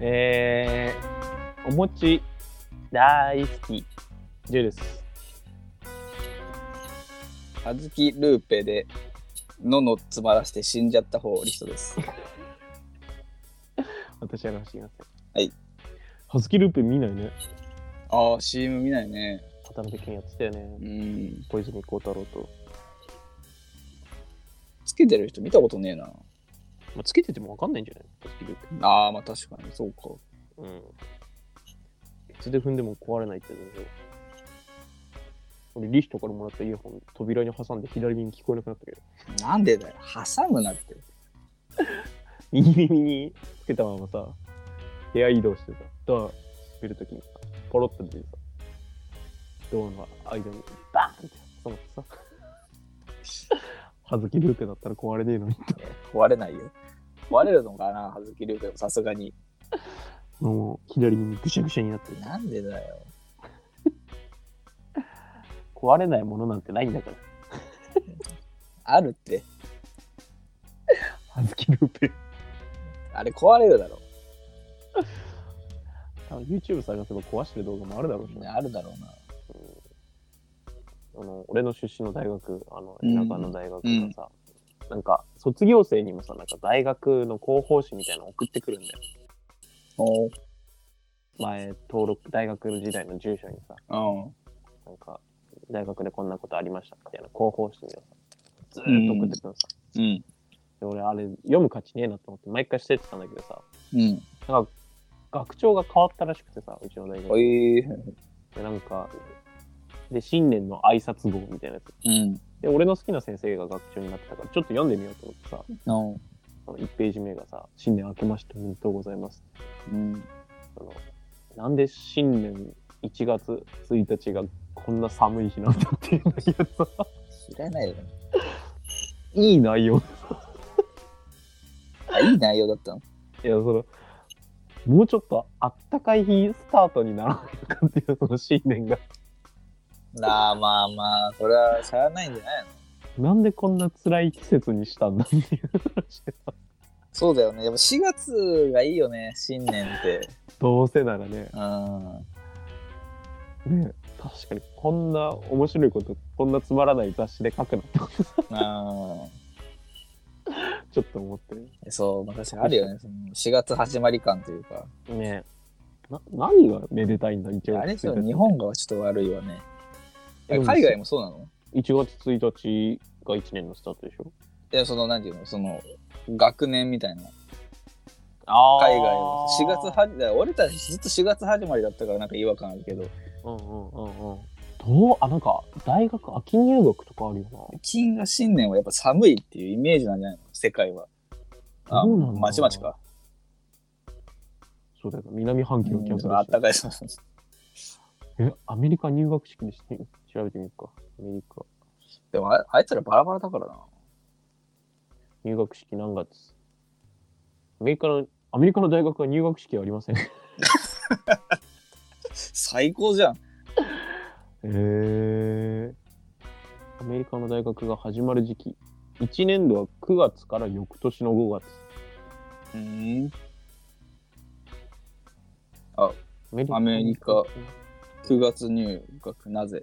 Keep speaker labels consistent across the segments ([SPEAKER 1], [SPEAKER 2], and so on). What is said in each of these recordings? [SPEAKER 1] えー、お餅大好き。ジューです。
[SPEAKER 2] あずきルーペで、のの詰まらして死んじゃった方、リストです。
[SPEAKER 1] 私やらせてください。
[SPEAKER 2] はい。
[SPEAKER 1] ハズキループ見ないね。
[SPEAKER 2] ああ、CM 見ないね。
[SPEAKER 1] 渡辺謙やってたよね
[SPEAKER 2] う。ん。
[SPEAKER 1] 小泉孝太郎と。
[SPEAKER 2] つけてる人見たことねえな。
[SPEAKER 1] まあ、つけててもわかんないんじゃないハズキループ。
[SPEAKER 2] ああ、まあ確かに、そうか。
[SPEAKER 1] うん。いつで踏んでも壊れないってので。俺、リヒトからもらったイヤホン、扉に挟んで左耳に聞こえなくなったけど。
[SPEAKER 2] なんでだよ、挟むなって。
[SPEAKER 1] 右耳につけたままさ、部屋移動してさ、ドア閉めるときにさ、ポロッと出てさ、ドアの間にバーンって挟まってさ、はずきルーペだったら壊れねえのに。
[SPEAKER 2] 壊れないよ。壊れるのかな、あずきルーペもさすがに。
[SPEAKER 1] もう左耳ぐしゃぐしゃになってる。
[SPEAKER 2] なんでだよ。
[SPEAKER 1] 壊れないものなんてないんだから。
[SPEAKER 2] あるって。
[SPEAKER 1] はずきルーペ。
[SPEAKER 2] あれ壊れるだろ。
[SPEAKER 1] 多分 YouTube 探せば壊してる動画もあるだろうしね。
[SPEAKER 2] あるだろうな。
[SPEAKER 1] あの俺の出身の大学あの
[SPEAKER 2] うん
[SPEAKER 1] 田舎の大学がさ、なんか卒業生にもさなんか大学の広報誌みたいなの送ってくるんだよ
[SPEAKER 2] おう
[SPEAKER 1] 前登録大学時代の住所にさ
[SPEAKER 2] ん。
[SPEAKER 1] なんか大学でこんなことありましたみたいな広報誌をさずーっと送ってくるのさ、
[SPEAKER 2] うん。
[SPEAKER 1] で俺あれ読む価値ねえなと思って毎回してってたんだけどさ
[SPEAKER 2] うん。
[SPEAKER 1] なんか学長が変わったらしくてさうちの大
[SPEAKER 2] お
[SPEAKER 1] 学
[SPEAKER 2] い。
[SPEAKER 1] でなんかで新年の挨拶号みたいなやつ
[SPEAKER 2] うん。
[SPEAKER 1] で俺の好きな先生が学長になってたからちょっと読んでみようと思ってさ
[SPEAKER 2] おう
[SPEAKER 1] その1ページ目がさ、新年明けましておめでとうございます。
[SPEAKER 2] うん。
[SPEAKER 1] そのなんで新年1月1日がこんな寒い日なんだっていうのがさ、
[SPEAKER 2] 知らないよ。
[SPEAKER 1] いい内容。
[SPEAKER 2] あ、いい内容だったの。
[SPEAKER 1] いや、その、もうちょっとあったかい日スタートにならないのかっていう、その新年が。
[SPEAKER 2] なあ、まあまあ、それはしゃあないんじゃないの
[SPEAKER 1] なんでこんな辛い季節にしたんだっていう話でさ
[SPEAKER 2] そうだよね。やっぱ4月がいいよね、新年って。
[SPEAKER 1] どうせならね、
[SPEAKER 2] うん。
[SPEAKER 1] ね確かにこんな面白いこと、こんなつまらない雑誌で書くのってこと
[SPEAKER 2] うん。
[SPEAKER 1] ちょっと思ってる。
[SPEAKER 2] そう、まあ確かにあるよね。その4月始まり感というか。
[SPEAKER 1] ねな何がめでたいんだ、一応。
[SPEAKER 2] あれですよ、日本がちょっと悪いわね。
[SPEAKER 1] でも
[SPEAKER 2] 海外もそうなの
[SPEAKER 1] 1月1日が1年のスタートでしょ
[SPEAKER 2] いや、その、なんていうの、その、学年みたいな。
[SPEAKER 1] あ
[SPEAKER 2] 海外は。4月はじだから俺たちずっと4月始まりだったからなんか違和感あるけど、
[SPEAKER 1] うんうんうんうんどうあなんか大学秋入学とかあるよ
[SPEAKER 2] 金が新年はやっぱ寒いっていうイメージなんじゃないの世界は。あ、
[SPEAKER 1] そうなんだ
[SPEAKER 2] まちまちか。
[SPEAKER 1] なそうだよな南半球のキャンセル
[SPEAKER 2] あったかい そうそうそう
[SPEAKER 1] えアメリカ入学式にして調べてみるかアメリカ
[SPEAKER 2] でもああいつらバラバラだからな。
[SPEAKER 1] 入学式何月アメリカのアメリカの大学は入学式はありませんへ
[SPEAKER 2] 最高じゃん。
[SPEAKER 1] えアメリカの大学が始まる時期1年度は9月から翌年の5月
[SPEAKER 2] うん。
[SPEAKER 1] アメリ
[SPEAKER 2] アメリカ9月入学なぜ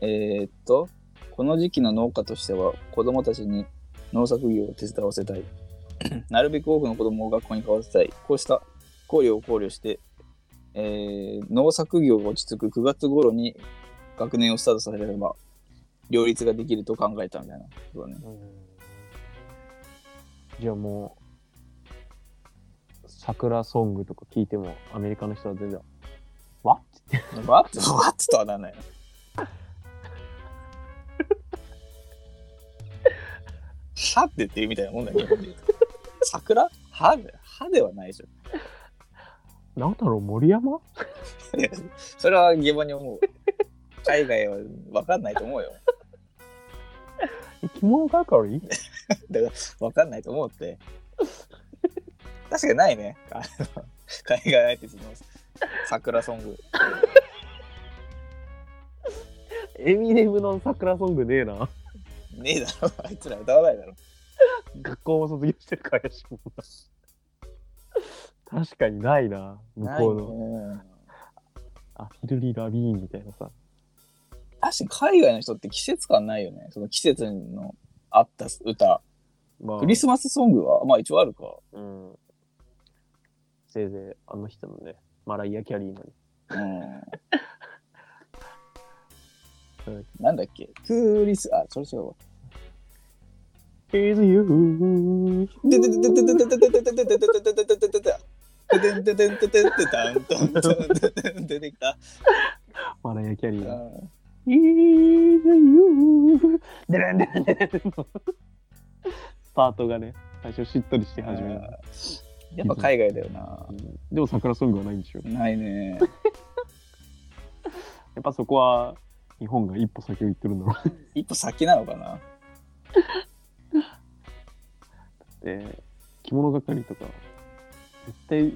[SPEAKER 2] えー、っと、この時期の農家としては子供たちに農作業を手伝わせたい。 なるべく多くの子供を学校に通わせたい。こうした考慮を考慮して、えー農作業が落ち着く9月頃に学年をスタートさせれば両立ができると考えたみたいなことだね。
[SPEAKER 1] じゃあもう、桜ソングとか聞いても、アメリカの人は全然、わっって言って、
[SPEAKER 2] わっ と、わっとはならない。はって言ってるみたいなもんだけど。桜ははではないでしょ。
[SPEAKER 1] なんだろう、森山
[SPEAKER 2] いやそれは疑問に思う。海外は分かんないと思うよ。
[SPEAKER 1] 生き物係
[SPEAKER 2] だから分かんないと思うって。確かにないね。あの海外アーティストの桜ソング。
[SPEAKER 1] エミネムの桜ソングねえな。
[SPEAKER 2] ねえだろ。あいつら歌わないだろ。
[SPEAKER 1] 学校も卒業してるからやしもんな確かにないな、向
[SPEAKER 2] ない
[SPEAKER 1] こ
[SPEAKER 2] ね
[SPEAKER 1] うの。アヒルリ・ラビーンみたいなさ。
[SPEAKER 2] 確かに海外の人って季節感ないよね。その季節のあった歌。
[SPEAKER 1] まあ、
[SPEAKER 2] クリスマスソングはまあ一応あるか。
[SPEAKER 1] うん。せいぜいあの人のね、マライア・キャリーのに。
[SPEAKER 2] う
[SPEAKER 1] はい
[SPEAKER 2] ん。なんだっけクリス、あ、それ違うわ。
[SPEAKER 1] Is you.
[SPEAKER 2] ででででででででででででででででででででんででんででんでだんとんとんででん出てきた。
[SPEAKER 1] マライア・キャリ
[SPEAKER 2] う
[SPEAKER 1] ーの。
[SPEAKER 2] ん
[SPEAKER 1] Is you. でらんでらんでらんでのスタートがね、最初しっとりして始める。
[SPEAKER 2] やっぱ海外だよな。
[SPEAKER 1] でも桜ソングはないんでしょ。
[SPEAKER 2] ないね。
[SPEAKER 1] やっぱそこは日本が一歩先を行ってるんだろう
[SPEAKER 2] 一歩先なのかな。
[SPEAKER 1] って着物係とか絶対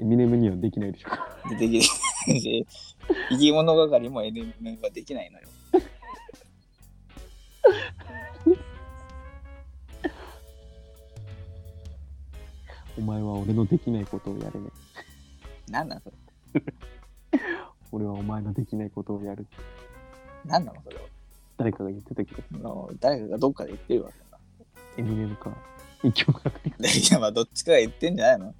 [SPEAKER 1] エミネムにはできないでしょ
[SPEAKER 2] でできるし、生き物係もエレメンはできないのよ。
[SPEAKER 1] お前は俺のできないことをやれね
[SPEAKER 2] なんなのそれ
[SPEAKER 1] 俺はお前のできないことをやるって
[SPEAKER 2] なんなのそれは。
[SPEAKER 1] 誰かが言ってたけど
[SPEAKER 2] あの誰かがどっかで言ってるわけだ
[SPEAKER 1] エミネムか一曲係か
[SPEAKER 2] な。いや、まあどっちかが言ってんじゃないの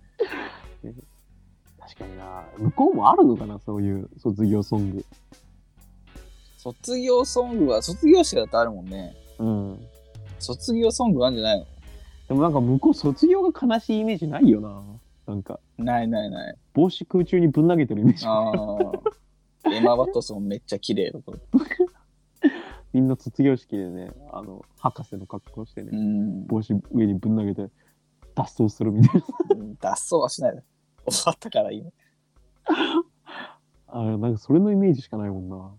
[SPEAKER 1] 確かにな向こうもあるのかなそういう卒業ソング
[SPEAKER 2] 卒業ソングは、卒業式だとあるもんね。
[SPEAKER 1] うん
[SPEAKER 2] 卒業ソングあるんじゃないの
[SPEAKER 1] でもなんか向こう卒業が悲しいイメージないよななんか
[SPEAKER 2] ないないない。
[SPEAKER 1] 帽子空中にぶん投げてるイメージ
[SPEAKER 2] あ あ。エマ・ワトソンめっちゃ綺麗とか。
[SPEAKER 1] みんな卒業式でねあの博士の格好してね、
[SPEAKER 2] うん。
[SPEAKER 1] 帽子上にぶん投げて脱走するみたいな
[SPEAKER 2] 脱走はしないで。終わったから今。
[SPEAKER 1] あれなんかそれのイメージしかないもんな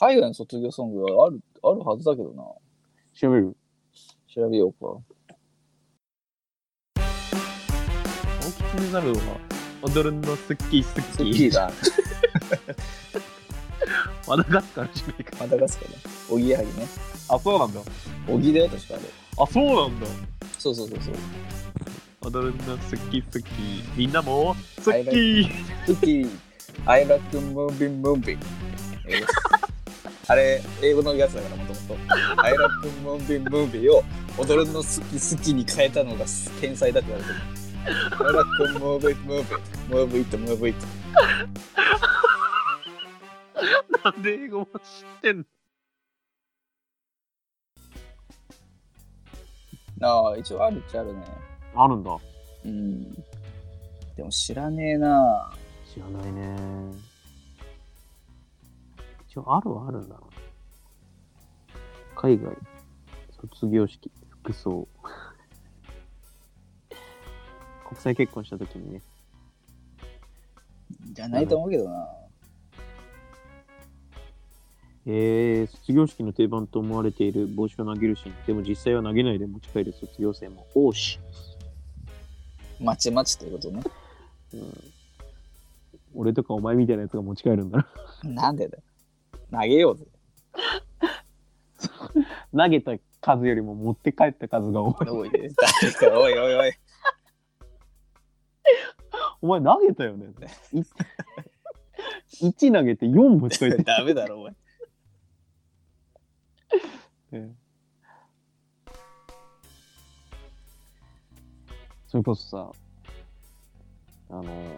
[SPEAKER 2] 海外の卒業ソングはある、あるはずだけどな。
[SPEAKER 1] 調べる
[SPEAKER 2] 調べようか。
[SPEAKER 1] 青木になるのは踊るの好き好
[SPEAKER 2] スッキリだ。
[SPEAKER 1] マダガスカルじゃないか
[SPEAKER 2] またガスかな。おぎやはぎね。
[SPEAKER 1] あそうなんだ
[SPEAKER 2] おぎだよ、確かあれ。
[SPEAKER 1] あそうなんだ
[SPEAKER 2] そうそうそうそう。
[SPEAKER 1] 踊るの好き好きみんなも好
[SPEAKER 2] きトゥキー、I like moving moving。英語あれ、英語のやつだからもともと。I like moving moving を踊るの好き好きに変えたのが天才だって言われてる。I like moving moving, move it, move it。
[SPEAKER 1] なんで英語も知ってんの
[SPEAKER 2] ああ、一応あるっちゃあるね。
[SPEAKER 1] あるんだ
[SPEAKER 2] うん。でも知らねえな
[SPEAKER 1] 知らないね一応あるはあるんだな海外卒業式服装 国際結婚した時にね
[SPEAKER 2] じゃないと思うけどな
[SPEAKER 1] えー、卒業式の定番と思われている帽子を投げるシーンでも実際は投げないで持ち帰る卒業生も多し、
[SPEAKER 2] まちまちってことね。
[SPEAKER 1] うん、俺とかお前みたいなやつが持ち帰るんだな
[SPEAKER 2] なんでだよ。投げようぜ。
[SPEAKER 1] 投げた数よりも持って帰った数が多い
[SPEAKER 2] おい、誰か、おいおいおい。
[SPEAKER 1] お前投げたよね1投げて4持ち帰って
[SPEAKER 2] ダメだろ、お前。
[SPEAKER 1] ええそれこそさ、あのー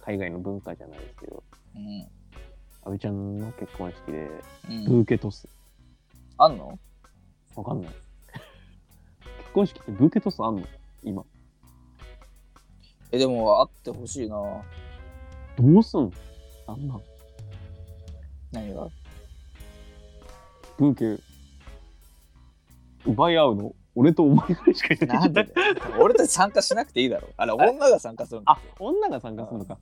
[SPEAKER 1] 海外の文化じゃないですけど、
[SPEAKER 2] うん。
[SPEAKER 1] 阿部ちゃんの結婚式で、
[SPEAKER 2] うん、
[SPEAKER 1] ブーケトス。
[SPEAKER 2] あんの
[SPEAKER 1] わかんない。 結婚式ってブーケトスあんの今。
[SPEAKER 2] えでもあってほしいな
[SPEAKER 1] どうすんのあんな。
[SPEAKER 2] 何が
[SPEAKER 1] ブーケ、奪い合うの、俺とお前ぐらいしかいない。
[SPEAKER 2] なんでだよ俺たち参加しなくていいだろあれ女が参加するの
[SPEAKER 1] あ、女が参加するのか。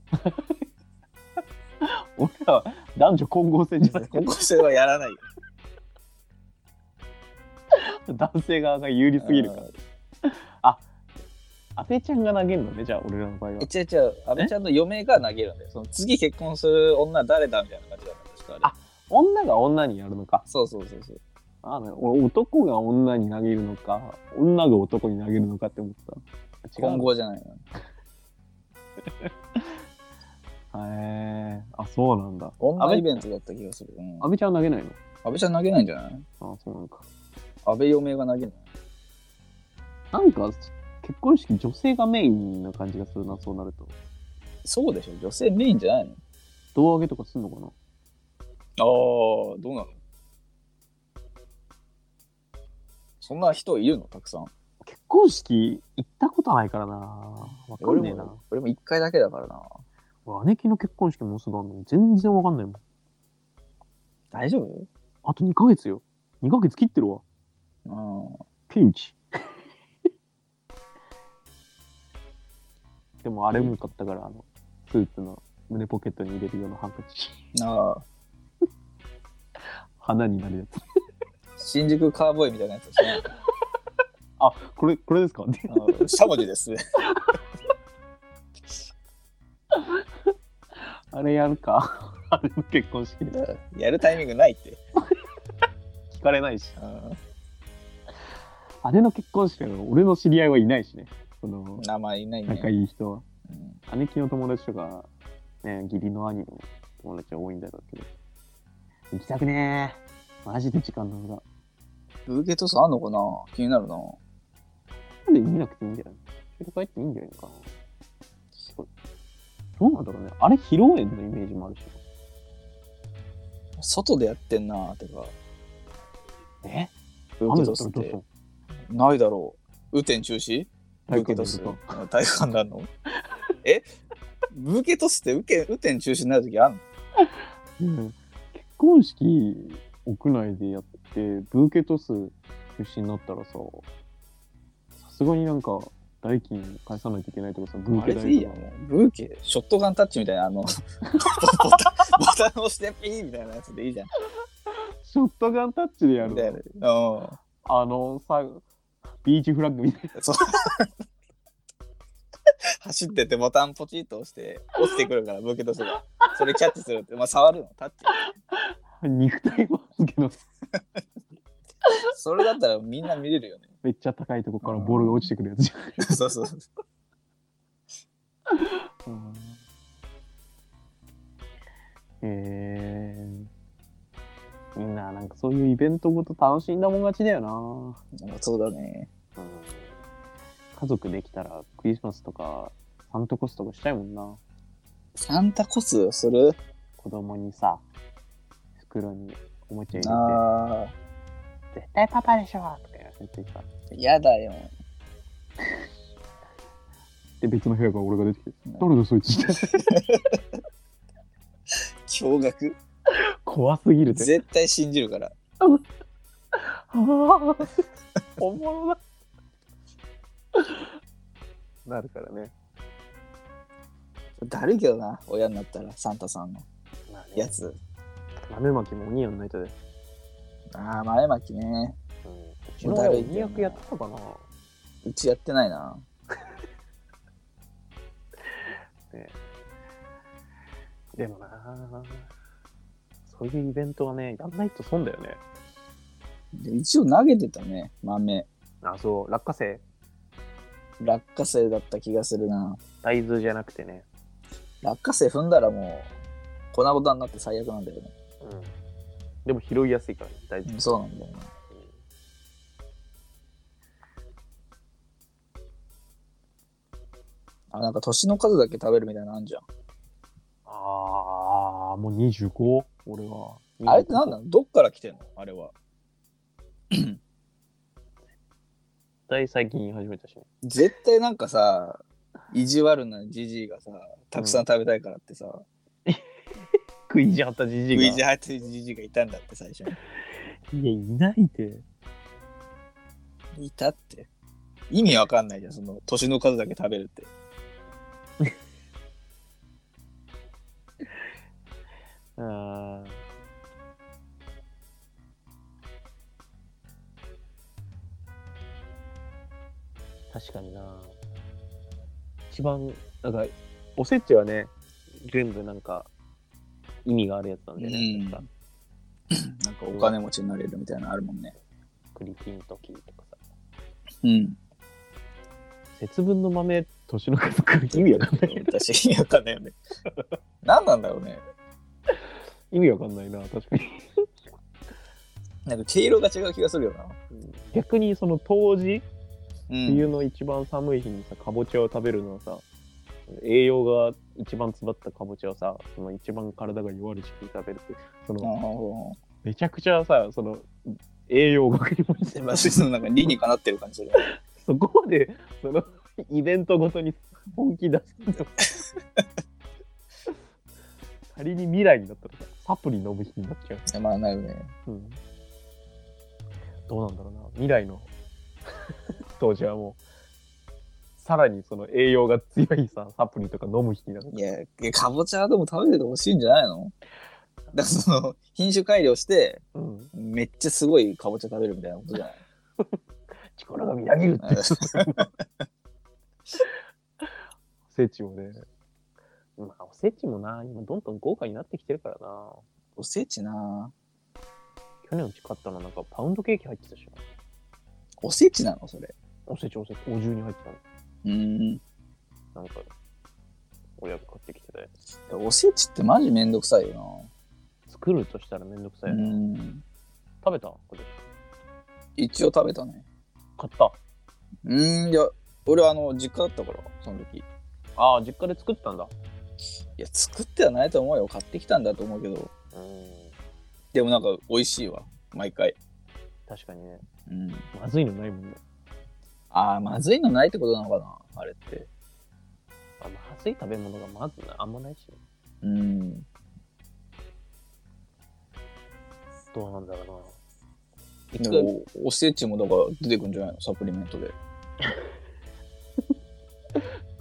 [SPEAKER 1] 俺らは男女混合戦じゃない
[SPEAKER 2] 高校生はやらないよ
[SPEAKER 1] 男性側が有利すぎるから。阿部ちゃんが投げるのね、じゃあ俺らの場合は
[SPEAKER 2] え。違う違う阿部ちゃんの嫁が投げるんだよその次結婚する女は誰だみたいな感じだから確かあれ
[SPEAKER 1] あ女が女にやるのか。
[SPEAKER 2] そうそうそうそう
[SPEAKER 1] あ俺男が女に投げるのか、女が男に投げるのかって思ってた。違う
[SPEAKER 2] 今後じゃないの。
[SPEAKER 1] へえあそうなんだ
[SPEAKER 2] 女
[SPEAKER 1] 安倍
[SPEAKER 2] イベントだった気がする。うん
[SPEAKER 1] 阿部ちゃん投げないの
[SPEAKER 2] 安倍ちゃん投げないんじゃない
[SPEAKER 1] あそうなのか
[SPEAKER 2] 安倍嫁が投げない。
[SPEAKER 1] なんか結婚式女性がメインな感じがするなそうなると
[SPEAKER 2] そうでしょ女性メインじゃないの
[SPEAKER 1] 胴上げとかすんのかな
[SPEAKER 2] ああ、どうなのそんな人いるのたくさん。
[SPEAKER 1] 結婚式行ったことないからなわかんねえな
[SPEAKER 2] も、俺も一回だけだからな。
[SPEAKER 1] 俺姉貴の結婚式もうすぐあんのに全然わかんないもん
[SPEAKER 2] 大丈夫
[SPEAKER 1] あと2ヶ月よ2ヶ月切ってるわ
[SPEAKER 2] うん。
[SPEAKER 1] ピンチ でもあれも買ったからあのスーツの胸ポケットに入れるようなハンカチ
[SPEAKER 2] ああ、
[SPEAKER 1] 花になるやつ
[SPEAKER 2] 新宿カーボーイみたいなやつですね。
[SPEAKER 1] あこれこれですか
[SPEAKER 2] うんしゃもじで す。
[SPEAKER 1] あれやるか あれの結婚式で
[SPEAKER 2] やるタイミングないって。
[SPEAKER 1] 聞かれないし
[SPEAKER 2] うん
[SPEAKER 1] 姉の結婚式は俺の知り合いはいないしねその
[SPEAKER 2] 名前いないね。
[SPEAKER 1] 仲いい人は
[SPEAKER 2] うん
[SPEAKER 1] 姉貴の友達とか、ね、義理の兄の友達は多いんだろうけど行きたくねえマジで時間の無駄
[SPEAKER 2] ブーケトスあんのかな気になるな。
[SPEAKER 1] なんで見なくていいんじゃない一緒に帰っていいんじゃないのかなどうなんだろうねあれ披露宴のイメージもあるし
[SPEAKER 2] 外でやってんなてか、
[SPEAKER 1] え
[SPEAKER 2] ブーケ
[SPEAKER 1] 雨だ
[SPEAKER 2] ト
[SPEAKER 1] った
[SPEAKER 2] ス
[SPEAKER 1] らどうす
[SPEAKER 2] っ
[SPEAKER 1] ん
[SPEAKER 2] て
[SPEAKER 1] の
[SPEAKER 2] ないだろう。雨天中止ブ
[SPEAKER 1] 体
[SPEAKER 2] ー
[SPEAKER 1] 育
[SPEAKER 2] ケ
[SPEAKER 1] 館
[SPEAKER 2] ト
[SPEAKER 1] で
[SPEAKER 2] ス
[SPEAKER 1] 行く。
[SPEAKER 2] 体育館なんのえブーケトスって雨天雨天中止になるときあんの
[SPEAKER 1] うん結婚式屋内でやってブーケトス中止になったらささすがになんか代金返さないといけないとかさブー
[SPEAKER 2] あ
[SPEAKER 1] ケ
[SPEAKER 2] れ
[SPEAKER 1] 代
[SPEAKER 2] でいい
[SPEAKER 1] と
[SPEAKER 2] や
[SPEAKER 1] か
[SPEAKER 2] もうブーケショットガンタッチみたいなあの ボタンボタン押してピーみたいなやつでいいじゃん
[SPEAKER 1] ショットガンタッチでや
[SPEAKER 2] みたいな
[SPEAKER 1] る
[SPEAKER 2] うん
[SPEAKER 1] あのさビーチフラッグみたいな
[SPEAKER 2] そう 走ってってボタンポチッと押して落ちてくるからブーケトスがそれキャッチするってまあ触るのタッチ
[SPEAKER 1] 肉体バスケの
[SPEAKER 2] それだったらみんな見れるよね
[SPEAKER 1] めっちゃ高いとこからボールが落ちてくるやつじ
[SPEAKER 2] そうそうそ
[SPEAKER 1] ゃ
[SPEAKER 2] う
[SPEAKER 1] ん。へえみんななんかそういうイベントごと楽しんだもん勝ちだよな。
[SPEAKER 2] なんかそうだね
[SPEAKER 1] うん家族できたらクリスマスとかサンタコスとかしたいもんな
[SPEAKER 2] サンタコスする
[SPEAKER 1] 子供にさ袋におもちゃ入れ
[SPEAKER 2] あ
[SPEAKER 1] て「絶対パパでしょ!」とか言われてさ
[SPEAKER 2] あやだよ
[SPEAKER 1] で別の部屋から俺が出てきて
[SPEAKER 2] うん
[SPEAKER 1] 「誰だそいつ」
[SPEAKER 2] 驚愕
[SPEAKER 1] 怖すぎるって
[SPEAKER 2] 絶対信じるから
[SPEAKER 1] あー おもろだなるからね
[SPEAKER 2] だるいけどな親になったらサンタさんの
[SPEAKER 1] まあね
[SPEAKER 2] やつ
[SPEAKER 1] 豆まきも鬼やんないとで、
[SPEAKER 2] ああ前巻きね
[SPEAKER 1] うん、うち
[SPEAKER 2] ち
[SPEAKER 1] の
[SPEAKER 2] の
[SPEAKER 1] 親
[SPEAKER 2] 親
[SPEAKER 1] 鬼
[SPEAKER 2] 鬼
[SPEAKER 1] 役
[SPEAKER 2] 役
[SPEAKER 1] や
[SPEAKER 2] や
[SPEAKER 1] っ
[SPEAKER 2] ってて
[SPEAKER 1] たかな
[SPEAKER 2] うちやってないな
[SPEAKER 1] でもなそういうイベントはねやんないと損だよね
[SPEAKER 2] で一応投げてたね豆
[SPEAKER 1] あそう落花生
[SPEAKER 2] 落花生だった気がするな
[SPEAKER 1] 大豆じゃなくてね、
[SPEAKER 2] 落花生踏んだらもう粉々になって最悪なんだよね
[SPEAKER 1] うん、でも拾いやすいからね大豆、
[SPEAKER 2] そうなんだよねあなんか年の数だけ食べるみたいなのあんじゃん
[SPEAKER 1] ああもう 25? 俺は
[SPEAKER 2] あれってなんなのどっから来てんのあれは
[SPEAKER 1] 絶対最近言い始めたしね
[SPEAKER 2] 絶対なんかさ意地悪なじじいがさたくさん食べたいからってさ、
[SPEAKER 1] 食いじはったじじ
[SPEAKER 2] 食
[SPEAKER 1] い
[SPEAKER 2] い
[SPEAKER 1] が
[SPEAKER 2] 地入ってるじじいがいたんだって最初
[SPEAKER 1] いやいないで
[SPEAKER 2] にいたって意味わかんないじゃんその年の数だけ食べるって
[SPEAKER 1] あー確かにな一番なんかおせちはね全部なんか意味があるやつなんでね、
[SPEAKER 2] う
[SPEAKER 1] なん
[SPEAKER 2] ん
[SPEAKER 1] か
[SPEAKER 2] なんかお金持ちになれるみたいなのあるもんね
[SPEAKER 1] 栗きんときとかさ
[SPEAKER 2] うん
[SPEAKER 1] 節分の豆、年の数く意味わかんない。
[SPEAKER 2] 私意味わかんないよね。何なんだろうね。
[SPEAKER 1] 意味わかんないな、確かに。
[SPEAKER 2] なんか毛色が違う気がするよな。
[SPEAKER 1] 逆にその冬至、
[SPEAKER 2] うん
[SPEAKER 1] 冬の一番寒い日にさ、かぼちゃを食べるのはさ、栄養が一番詰まったかぼちゃをさ、その一番体が弱る時期に食べるって、そ
[SPEAKER 2] あ
[SPEAKER 1] の、
[SPEAKER 2] ー
[SPEAKER 1] めちゃくちゃさ、その、栄養がりまし
[SPEAKER 2] でまあ、そのなんか理にかなってる感じするよね。
[SPEAKER 1] そこまで、その、イベントごとに本気出す の。仮に未来になったらさ、サプリ飲む日になっちゃう。
[SPEAKER 2] まあなるね。
[SPEAKER 1] うん。どうなんだろうな。未来の 当時はもう、さらにその栄養が強いさ、サプリとか飲む日になる。
[SPEAKER 2] いやいや、かぼちゃでも食べててほしいんじゃないの だからその品種改良して
[SPEAKER 1] うん。
[SPEAKER 2] めっちゃすごいかぼちゃ食べるみたいなことじゃない
[SPEAKER 1] 力がみなぎるって。おせちもね。まあ、おせちもな、今どんどん豪華になってきてるからな。
[SPEAKER 2] おせちな
[SPEAKER 1] 去年うち買ったのなんかパウンドケーキ入ってたしな。
[SPEAKER 2] おせちなのそれ。
[SPEAKER 1] おせちおせち、お重に入ってたの。
[SPEAKER 2] うん。
[SPEAKER 1] なんか、親が買ってきてたやつ。
[SPEAKER 2] おせちってマジめんどくさいよ
[SPEAKER 1] 作るとしたらめんどくさ
[SPEAKER 2] な。
[SPEAKER 1] いうよね。
[SPEAKER 2] ん。
[SPEAKER 1] 食べたこれ。
[SPEAKER 2] 一応食べたね。
[SPEAKER 1] 買った。
[SPEAKER 2] うん、いや、俺あの、実家だったから、その時。い
[SPEAKER 1] ああ、実家で作ったんだ。
[SPEAKER 2] や、作ってはないと思うよ。買ってきたんだと思うけど。
[SPEAKER 1] うん。
[SPEAKER 2] でもなんか、美味しいわ。毎回。
[SPEAKER 1] 確かにね。
[SPEAKER 2] うん。
[SPEAKER 1] まずいのないもんね。
[SPEAKER 2] ああ、まずいのないってことなのかなあれって。
[SPEAKER 1] あまずい食べ物がまずなあんまないし。
[SPEAKER 2] うん。
[SPEAKER 1] どうなんだろうな。
[SPEAKER 2] で
[SPEAKER 1] 一回
[SPEAKER 2] も、おせちもだから出てくんじゃないのサプリメントで。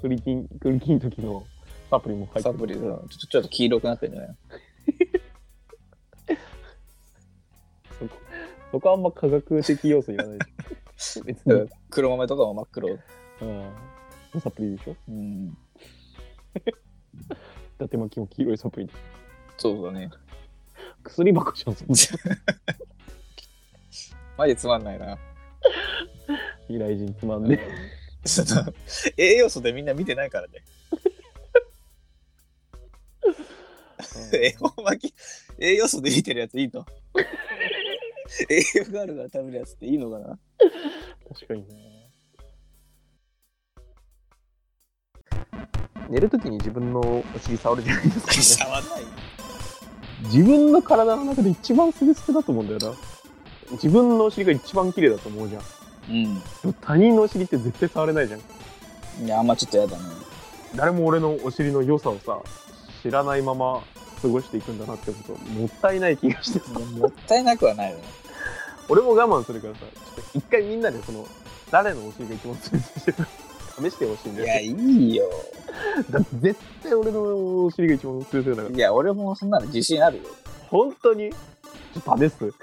[SPEAKER 1] クリキン、クリキン時のサプリも入って
[SPEAKER 2] サプリさ、ちょっとちょっと黄色くなってんじゃないの
[SPEAKER 1] そこはあんま科学的要素いらない し。別
[SPEAKER 2] だ
[SPEAKER 1] に
[SPEAKER 2] か。ら黒豆とかも真っ黒。
[SPEAKER 1] うん。サプリでしょ
[SPEAKER 2] うん。
[SPEAKER 1] 伊達巻きも黄色いサプリで。
[SPEAKER 2] そうだね。
[SPEAKER 1] 薬箱じゃん、そんな
[SPEAKER 2] マジつまんないな。
[SPEAKER 1] 未来人つまんで。
[SPEAKER 2] その 栄養素でみんな見てないからね。栄養巻き、栄養素で見てるやついい の栄養があるから食べるやつっていいの かな
[SPEAKER 1] 確かにね。寝るときに自分のお尻触るじゃないですか、ね。
[SPEAKER 2] わない。
[SPEAKER 1] 自分の体の中で一番すべすべだと思うんだよな。自分のお尻が一番綺麗だと思うじゃん。
[SPEAKER 2] う
[SPEAKER 1] でも他人のお尻って絶対触れないじゃん。
[SPEAKER 2] ん。いや、あんまちょっとやだね。
[SPEAKER 1] 誰も俺のお尻の良さをさ、知らないまま過ごしていくんだなってこと、もったいない気がしてさ。
[SPEAKER 2] もったいなくはないよね。
[SPEAKER 1] 俺も我慢するからさ、ちょっと一回みんなでその、誰のお尻が一番すべすべしてるか試してほしいん
[SPEAKER 2] い
[SPEAKER 1] だ
[SPEAKER 2] や、
[SPEAKER 1] よ。
[SPEAKER 2] いいよ。
[SPEAKER 1] だって絶対俺のお尻が一番すべすべだから。
[SPEAKER 2] いや、俺もそんなの自信あるよ。
[SPEAKER 1] 本当にちょっと試す。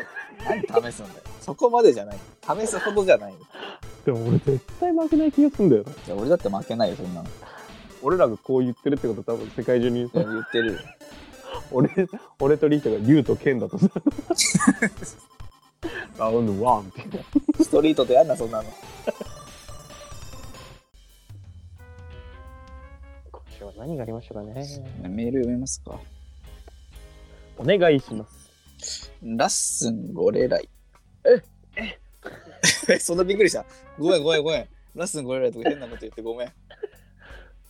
[SPEAKER 2] 何試すんだよ。そこまでじゃない。試すほどじゃないよ。
[SPEAKER 1] でも俺絶対負けない気がするんだよな。
[SPEAKER 2] いや、俺だって負けないよ、そんなの。
[SPEAKER 1] 俺らがこう言ってるってことは多分世界中にさ、
[SPEAKER 2] 言ってるよ。
[SPEAKER 1] 俺俺とリヒトが竜と剣だと さラウンドワンっていう
[SPEAKER 2] ストリートでやんな、そんなの。
[SPEAKER 1] 今週は何がありましたかね
[SPEAKER 2] メール読めますか
[SPEAKER 1] お願いします
[SPEAKER 2] ラッスンご礼来。ええ そんなびっくりした。ごめんごめんごめん。ラッスンご礼来とか変なこと言ってごめん。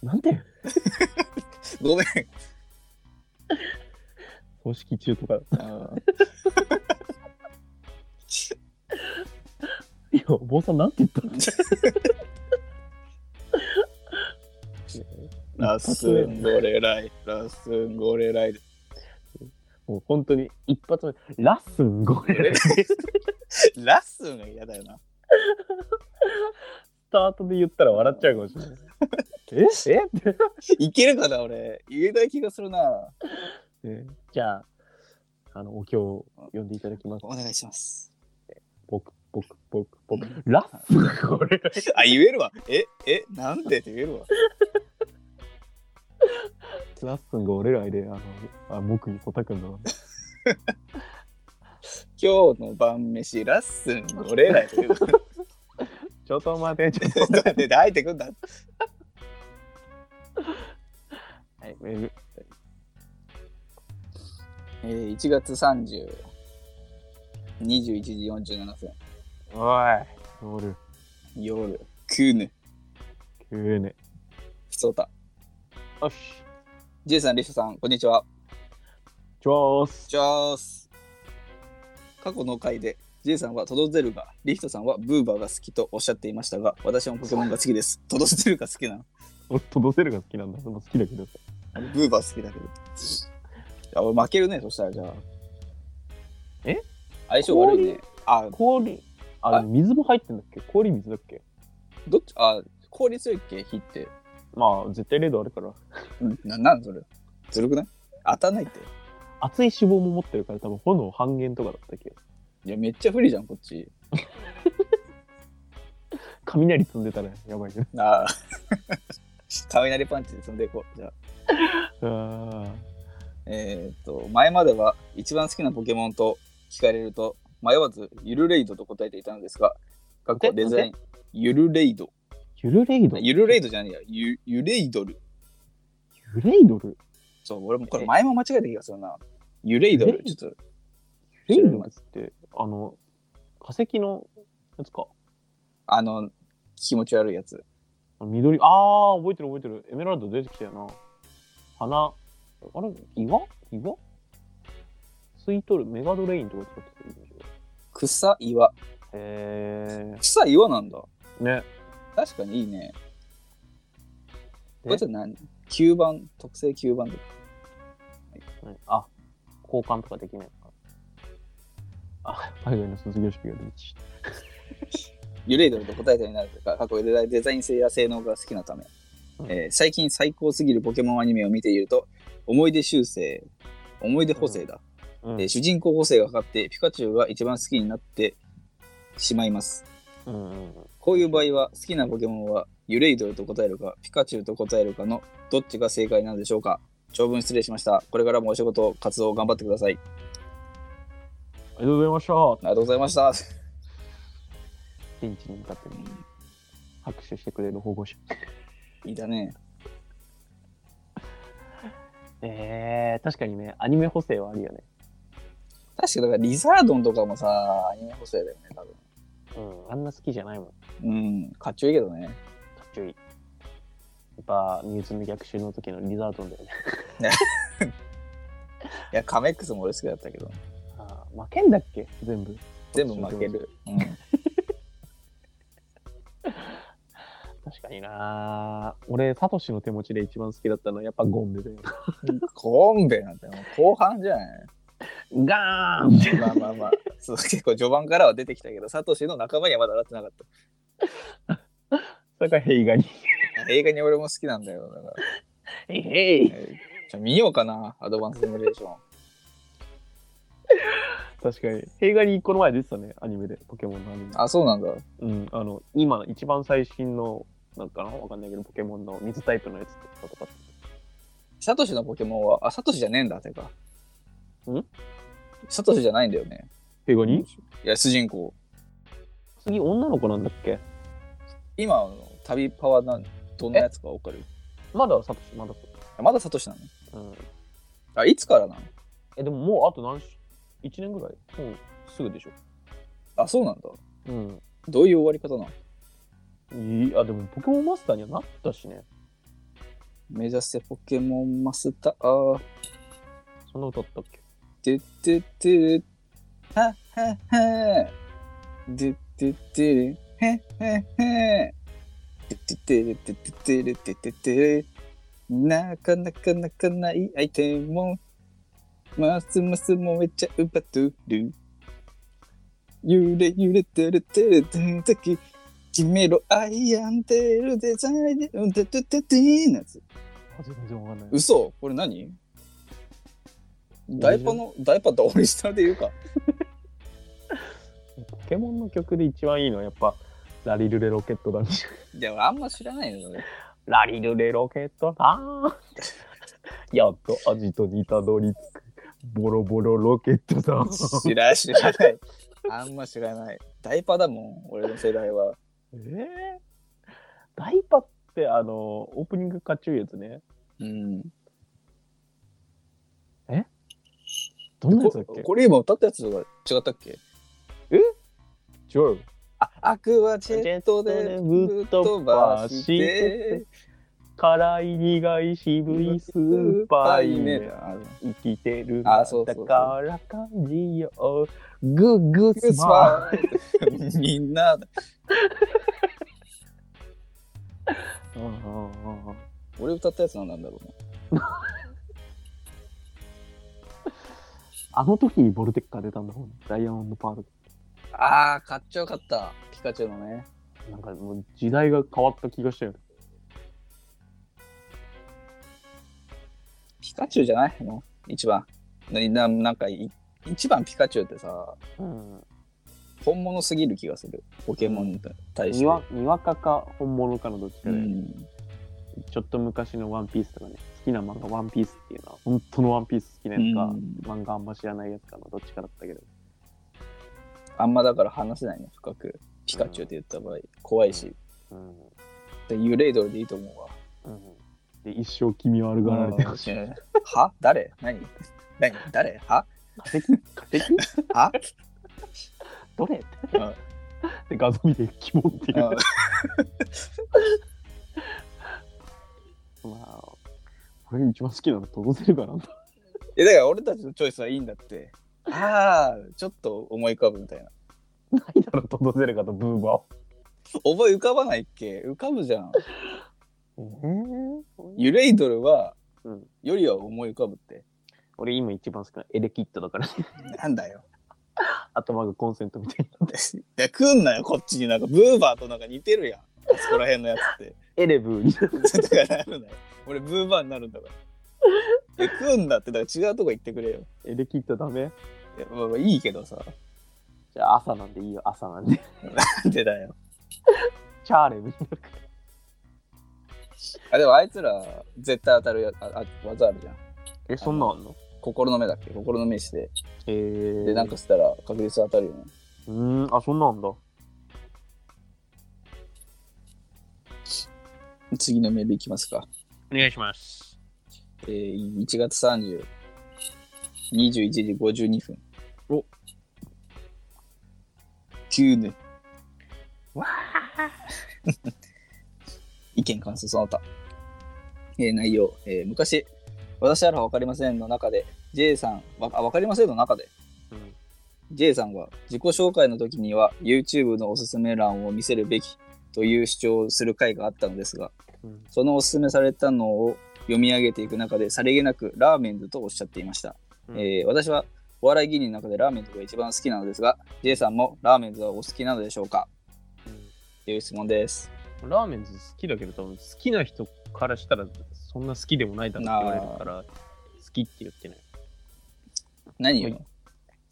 [SPEAKER 1] なんて
[SPEAKER 2] ごめん。
[SPEAKER 1] 葬式中とかいやお坊さんなんて言ったんだ
[SPEAKER 2] ラッスンご礼来。ラッスンご礼来。
[SPEAKER 1] もう本当に一発目ラッスンゴレ
[SPEAKER 2] ラッスンが嫌だよな。
[SPEAKER 1] スタートで言ったら笑っちゃうかもしれないええって
[SPEAKER 2] いけるかな、俺。言えない気がするな。
[SPEAKER 1] じゃああのお経を読んでいただきます
[SPEAKER 2] お願いします。
[SPEAKER 1] 僕僕僕僕ラッスンゴレライ
[SPEAKER 2] あ、言えるわ。え、え、なんでって言えるわ。
[SPEAKER 1] ラッスンが俺らで、あの、あ、僕に叩くんだな。
[SPEAKER 2] 今日の晩飯、ラッスンご礼来という。
[SPEAKER 1] ちょっと待て、ちょっと
[SPEAKER 2] どうやって入ってくんだ
[SPEAKER 1] 待て。えぐ
[SPEAKER 2] えー、1月30、21時47分、
[SPEAKER 1] おい。乗る。
[SPEAKER 2] 夜、クーヌ、
[SPEAKER 1] 急ね。
[SPEAKER 2] ふつおた。
[SPEAKER 1] よし。
[SPEAKER 2] ジェイさん、リストさん、こんにちは。
[SPEAKER 1] チョース。
[SPEAKER 2] チャース。過去の回で、ジェイさんはトドゼルが、リヒトさんはブーバーが好きとおっしゃっていましたが、私もポケモンが好きです。トドゼルが好きなの。
[SPEAKER 1] 俺、トドセルが好きなんだ。でも好きだけど。
[SPEAKER 2] あれブーバー好きだけど。あ、俺負けるね、そしたらじゃあ。
[SPEAKER 1] え
[SPEAKER 2] 相性悪いね。あ、
[SPEAKER 1] 氷。あ、
[SPEAKER 2] あ
[SPEAKER 1] でも水も入ってんだっけ氷水だっけ
[SPEAKER 2] どっち、あ、氷強いっけ火って。
[SPEAKER 1] まあ、絶対レードあるから。
[SPEAKER 2] うんな、なんそれ。ずるくない当たんないって。
[SPEAKER 1] 熱い脂肪も持ってるから、多分炎半減とかだったっけ
[SPEAKER 2] いや、めっちゃ不利じゃん、こっち。
[SPEAKER 1] 雷積んでたらやばいけど。
[SPEAKER 2] あ あ。雷パンチで積んでいこう。じゃあ。
[SPEAKER 1] あ
[SPEAKER 2] えーっと、前までは一番好きなポケモンと聞かれると迷わずゆるレイドと答えていたのですが、かっこデザイン、ゆるレイド。
[SPEAKER 1] ゆるレイドル
[SPEAKER 2] ゆるレイドじゃねえや、ゆゆレイドル。
[SPEAKER 1] ゆレイドル
[SPEAKER 2] そう、俺もこれ前も間違えた気がするな。ゆレイド
[SPEAKER 1] ゆ
[SPEAKER 2] ル。
[SPEAKER 1] れ
[SPEAKER 2] ちょっと、
[SPEAKER 1] レイドルって、あの、化石のやつか。
[SPEAKER 2] あの、気持ち悪いやつ。
[SPEAKER 1] 緑、あー、覚えてる覚えてる。エメラルド出てきたよな。花、あれ、岩岩吸い取るメガドレインとか使ってたんでしょ。
[SPEAKER 2] 草岩。
[SPEAKER 1] へ
[SPEAKER 2] 草岩なんだ。
[SPEAKER 1] ー。ね。
[SPEAKER 2] 確かにいいね。
[SPEAKER 1] え
[SPEAKER 2] これって何 ?9 番、特製9番とか。
[SPEAKER 1] うんあ、交換とかできないのか。あ、海外の卒業式が出てきた。
[SPEAKER 2] ユレイドルと答えたになるとか、過去デザイン性や性能が好きなため、
[SPEAKER 1] うん
[SPEAKER 2] えー最近最高すぎるポケモンアニメを見ていると、思い出修正、思い出補正だ、
[SPEAKER 1] うん
[SPEAKER 2] えー主人公補正がかかって、ピカチュウが一番好きになってしまいます。
[SPEAKER 1] うんうんうん
[SPEAKER 2] こういう場合は、好きなポケモンは、ユレイドルと答えるか、ピカチュウと答えるかの、どっちが正解なのでしょうか長文失礼しました。これからもお仕事、活動頑張ってください。あ
[SPEAKER 1] ありがとうございました。
[SPEAKER 2] りがとうございました。
[SPEAKER 1] 現地に向かってね拍手してくれる保護者。
[SPEAKER 2] いいだね。
[SPEAKER 1] えー、確かにね、アニメ補正はあるよね。
[SPEAKER 2] 確かだから、リザードンとかもさ、アニメ補正だよね、多分。
[SPEAKER 1] うん、あんな好きじゃないもん。か
[SPEAKER 2] うん、かっちょいいけどね。
[SPEAKER 1] っちょいい。やっぱ、ミューズの逆襲の時のリザードンだよね。
[SPEAKER 2] いや、カメックスも俺好きだったけど、
[SPEAKER 1] あー負けんだっけ全部。
[SPEAKER 2] 全部負ける。うん、
[SPEAKER 1] 確かにな俺、サトシの手持ちで一番好きだったのはやっぱゴンベだよ。
[SPEAKER 2] コンベなんてもう後半じゃない
[SPEAKER 1] ガーンって。
[SPEAKER 2] まあまあまあ、そう結構序盤からは出てきたけど、サトシの仲間にはまだなってなかっ
[SPEAKER 1] それからヘイガニ。
[SPEAKER 2] た。映画に俺も好きなんだよ。だから
[SPEAKER 1] ヘイヘイ。
[SPEAKER 2] えーじゃあ見ようかな、アドバンスジェネレーション。
[SPEAKER 1] 確かに。ヘイガニ、この前出てたね、アニメで、ポケモンのアニメ。
[SPEAKER 2] あ、そうなんだ。
[SPEAKER 1] うん、あの、今、一番最新の、なんかなわかんないけど、ポケモンの水タイプのやつとかとか。
[SPEAKER 2] サトシのポケモンは、あ、サトシじゃねえんだ、てか。
[SPEAKER 1] ん
[SPEAKER 2] サトシじゃないんだよね。
[SPEAKER 1] ヘイガニ
[SPEAKER 2] いや、主人公。
[SPEAKER 1] 次、女の子なんだっけ
[SPEAKER 2] 今の旅パワーなんどんなやつかわかる
[SPEAKER 1] まだサトシ、まだサト
[SPEAKER 2] まだサトシなの
[SPEAKER 1] シ。うん。
[SPEAKER 2] あ、いつからなの
[SPEAKER 1] え、でももうあと何し、1年ぐらいもうすぐでしょ。
[SPEAKER 2] あ、そうなんだ。
[SPEAKER 1] うん。
[SPEAKER 2] どういう終わり方なの
[SPEAKER 1] いや、でもポケモンマスターにはなったしね。
[SPEAKER 2] 目指せポケモンマスター。
[SPEAKER 1] そんな歌あったっけ
[SPEAKER 2] てってってはっはっは。てってってれへっへっへ。てってれてってってれてってってれ。なかなかなかないアイテムも。ますます燃えちゃうバトル。揺れ揺れてるてるてるてき。決めろ、アイアンテールデザインで、うんてってってってーなやつ。
[SPEAKER 1] あ全然わかんない。
[SPEAKER 2] 嘘これ何ダイパのダイパってオリジナルで言うか
[SPEAKER 1] ポケモンの曲で一番いいのはやっぱ、ラリルレロケットだね。
[SPEAKER 2] いや俺あんま知らないのね
[SPEAKER 1] ラリルレロケットだー やっとアジトにたどり着く。ボロボロロケットだー。
[SPEAKER 2] 知らない知らないあんま知らないダイパだもん俺の世代は
[SPEAKER 1] えええダイパって、あの、オープニングかっちゅうやつね。
[SPEAKER 2] うん。
[SPEAKER 1] どんなやつだっ
[SPEAKER 2] こ
[SPEAKER 1] け
[SPEAKER 2] これ今歌ったやつとか違ったっけ
[SPEAKER 1] 違う。
[SPEAKER 2] あ、アクアチェットでぶっ飛ばして、
[SPEAKER 1] 辛い苦い渋いスーパーイメー
[SPEAKER 2] あの
[SPEAKER 1] 生きてるん
[SPEAKER 2] あ
[SPEAKER 1] だ
[SPEAKER 2] そうそうそう
[SPEAKER 1] から感じようグッグッス
[SPEAKER 2] ス
[SPEAKER 1] マ
[SPEAKER 2] マイルみんな、
[SPEAKER 1] イルうんうんうんうん
[SPEAKER 2] 俺歌ったやつなんなんだろうな。
[SPEAKER 1] あの時にボルテッカ出たんだもんダイヤモンドパール
[SPEAKER 2] あー、買っちゃよかった。ピカチュウのね。
[SPEAKER 1] なんかもう時代が変わった気がしたよね
[SPEAKER 2] ピカチュウじゃないもう、一番。なななんかい、一番ピカチュウってさ、
[SPEAKER 1] うん
[SPEAKER 2] 本物すぎる気がする。ポケモンに対して。
[SPEAKER 1] にわにわかか本物かのどっちか
[SPEAKER 2] う
[SPEAKER 1] で、
[SPEAKER 2] ん、
[SPEAKER 1] ちょっと昔の「ワンピースとかね好きな漫画「ワンピースっていうのは本当の「ワンピース好きなやつか、
[SPEAKER 2] うん
[SPEAKER 1] 漫画あんま知らないやつかのどっちかだったけど
[SPEAKER 2] あんまだから話せないね、深く。ピカチュウって言った場合、怖いし。
[SPEAKER 1] うん
[SPEAKER 2] でユレイドルでいいと思うわ。
[SPEAKER 1] うんで一生君を悪がられてほしい。
[SPEAKER 2] うんは誰何何誰は
[SPEAKER 1] 化石化石
[SPEAKER 2] は
[SPEAKER 1] どれって
[SPEAKER 2] うん
[SPEAKER 1] で画像見てキモっていう。
[SPEAKER 2] うん
[SPEAKER 1] まあ、これ一番好きなのトドセルガなんだ。
[SPEAKER 2] えだから俺たちのチョイスはいいんだって。ああ、ちょっと思い浮かぶみたいな。
[SPEAKER 1] ないだろ、トドセルガとブーバ
[SPEAKER 2] 覚え浮かばないっけ浮かぶじゃん。
[SPEAKER 1] ー。
[SPEAKER 2] ユレイドルは、
[SPEAKER 1] うん
[SPEAKER 2] よりは思い浮かぶって。
[SPEAKER 1] 俺今一番好きなエレキットだからね。
[SPEAKER 2] なんだよ。
[SPEAKER 1] 頭がコンセントみたいな。
[SPEAKER 2] いや、 来んなよ、こっちになんか、ブーバーとなんか似てるやん。あそこら辺のやつって。
[SPEAKER 1] エレブーに。
[SPEAKER 2] だからなるなよ。俺、ブーバーになるんだから。いや、来んなって、だから違うとこ行ってくれよ。
[SPEAKER 1] エレキットダメ
[SPEAKER 2] いやまあまあ、いいけどさ。
[SPEAKER 1] じゃあ朝なんでいいよ、朝なんで。
[SPEAKER 2] なんでだよ。
[SPEAKER 1] チャーレブになるから
[SPEAKER 2] あ、でもあいつら、絶対当たるやああ技あるじゃん。
[SPEAKER 1] え、そんなんあんの
[SPEAKER 2] 心の目だっけ心の目して。
[SPEAKER 1] えー、
[SPEAKER 2] で、なんかしたら、確率当たるよね。
[SPEAKER 1] うーん、あ、そんなんだ。
[SPEAKER 2] 次のメールいきますか。
[SPEAKER 1] お願いします。
[SPEAKER 2] えー、1月30、21時52分。
[SPEAKER 1] お
[SPEAKER 2] キューヌ。
[SPEAKER 1] わ
[SPEAKER 2] 意見感想その他。えー、内容、えー昔、私あらわかりませんの中で、J さん、わあわかりませんの中で、
[SPEAKER 1] うん。
[SPEAKER 2] J さんは自己紹介の時には YouTube のおすすめ欄を見せるべきという主張をする回があったのですが、
[SPEAKER 1] うん、
[SPEAKER 2] そのおすすめされたのを読み上げていく中でさりげなくラーメンズとおっしゃっていました、
[SPEAKER 1] うん
[SPEAKER 2] えー私はお笑い芸人の中でラーメンズが一番好きなのですが J さんもラーメンズはお好きなのでしょうかという質問です
[SPEAKER 1] ラーメンズ好きだけど、多分好きな人からしたらそんな好きでもないだろうって言われるから、好きって言ってない。
[SPEAKER 2] 何よ、
[SPEAKER 1] はい
[SPEAKER 2] 好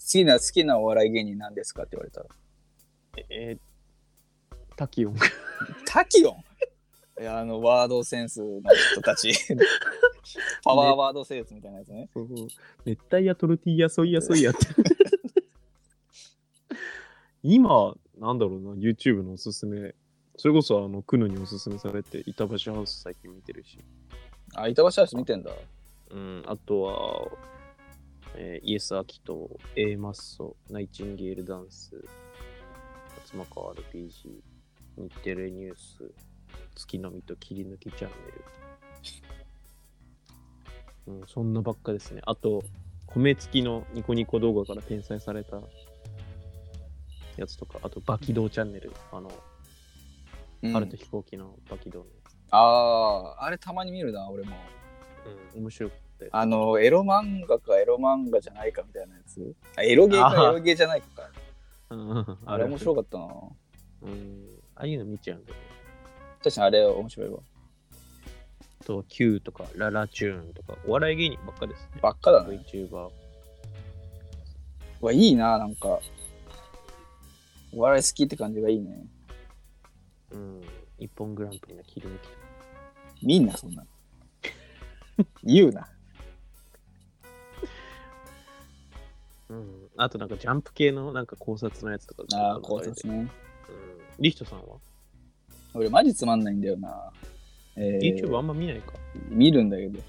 [SPEAKER 2] きな好きなお笑い芸人なんですかって言われたら
[SPEAKER 1] え、えー、タキオン。
[SPEAKER 2] タキオンいやあのワードセンスの人 たちパワーワードセンスみたいなやつね
[SPEAKER 1] そう熱帯やトルティーヤ、ソイヤ、ソイヤって。 今、なんだろうな、YouTube のおすすめ。それこそ、あの、クヌにおすすめされて、板橋ハウス最近見てるし。
[SPEAKER 2] あ板橋ハウス見てんだ
[SPEAKER 1] うん、あとは、えーイエス・アキト、A マッソ、ナイチンゲールダンス、松間川 RPG、日テレニュース、月の実と切り抜きチャンネル。うん、そんなばっかですね。あと、米付きのニコニコ動画から転載されたやつとか、あと、バキドーチャンネル、あの、
[SPEAKER 2] うん
[SPEAKER 1] 春と飛行機のバキドーのや
[SPEAKER 2] あーあれたまに見るな俺も
[SPEAKER 1] つ。うん、面白くて。
[SPEAKER 2] あの、エロ漫画かエロ漫画じゃないかみたいなやつ。あエロゲーか
[SPEAKER 1] あー
[SPEAKER 2] エロゲーじゃないかか。
[SPEAKER 1] うん
[SPEAKER 2] あれ面白
[SPEAKER 1] か
[SPEAKER 2] かったな。
[SPEAKER 1] った。うん、ああいうの見ちゃうんだよね。
[SPEAKER 2] 確かにあれ面白いわ。
[SPEAKER 1] あと Q とかララチューンとかお笑い芸人ばっかですね。
[SPEAKER 2] ばっかだね。
[SPEAKER 1] VTuber。
[SPEAKER 2] うわ、いいな、なんか。お笑い好きって感じがいいね。
[SPEAKER 1] うん。一本グランプリの切り抜きとか。
[SPEAKER 2] みんなそんな の。言うな。
[SPEAKER 1] うん。あとなんかジャンプ系のなんか考察のやつとか。
[SPEAKER 2] ああ、考察ね。
[SPEAKER 1] うん。リヒトさんは
[SPEAKER 2] 俺マジつまんないんだよな。えー
[SPEAKER 1] YouTube あんま見ないか。
[SPEAKER 2] 見るんだけどさ、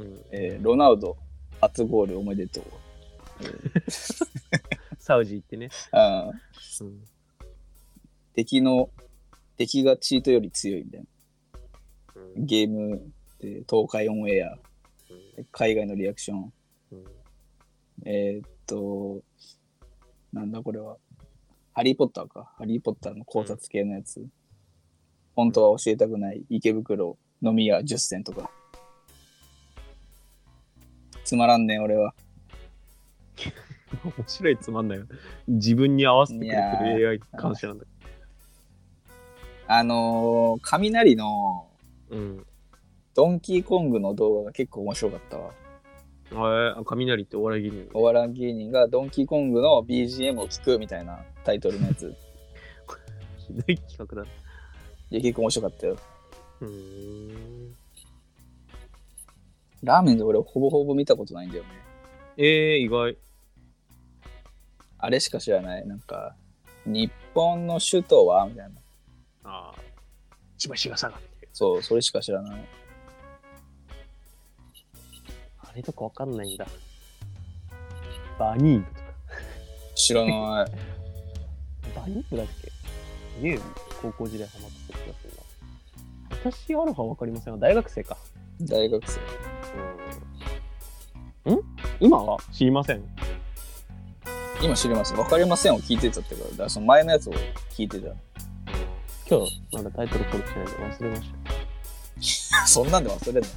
[SPEAKER 1] う ん。
[SPEAKER 2] えーロナウド、初ゴールおめでとう。
[SPEAKER 1] サウジ行ってね。
[SPEAKER 2] あー
[SPEAKER 1] うん。
[SPEAKER 2] 敵の、敵がチートより強いみたいな。
[SPEAKER 1] うん
[SPEAKER 2] ゲームで、東海オンエア、海外のリアクション、
[SPEAKER 1] うん
[SPEAKER 2] えーっと、なんだこれは。ハリー・ポッターか。ハリー・ポッターの考察系のやつ。本当は教えたくない池袋飲み屋10選とか。つまらんねん、俺は。
[SPEAKER 1] 面白いつまんないよ。自分に合わせてくれて
[SPEAKER 2] い
[SPEAKER 1] る AI 感謝なんだ
[SPEAKER 2] あのー、雷の
[SPEAKER 1] けど。うん。
[SPEAKER 2] ドンキーコングの動画が結構面白かったわ。
[SPEAKER 1] あえ雷ってお笑い芸人
[SPEAKER 2] お笑い芸人がドンキーコングの BGM を聴くみたいなタイトルのやつ。
[SPEAKER 1] ひどい企画だな。
[SPEAKER 2] いや結構面白かったよ。
[SPEAKER 1] うーん。
[SPEAKER 2] ラーメンで俺ほぼほぼ見たことないんだよね。
[SPEAKER 1] えー、意外。
[SPEAKER 2] あれしか知らない。なんか、日本の首都はみたいな。
[SPEAKER 1] ああ。千葉市が下がってる。
[SPEAKER 2] そう、それしか知らない。
[SPEAKER 1] あれとかわかんないんだ。バニーブとか。
[SPEAKER 2] 知らない。
[SPEAKER 1] バニーブだっけすげえ高校時代ハマってた気がするな。私、アロハわかりませんが、大学生か。
[SPEAKER 2] 大学生。
[SPEAKER 1] うん。ん今は知りません。
[SPEAKER 2] 今知ります。わかりませんを聞いてたってから、だからその前のやつを聞いてた。
[SPEAKER 1] 今日、まだタイトルコールしてないんで忘れまし
[SPEAKER 2] そんなんで忘れんの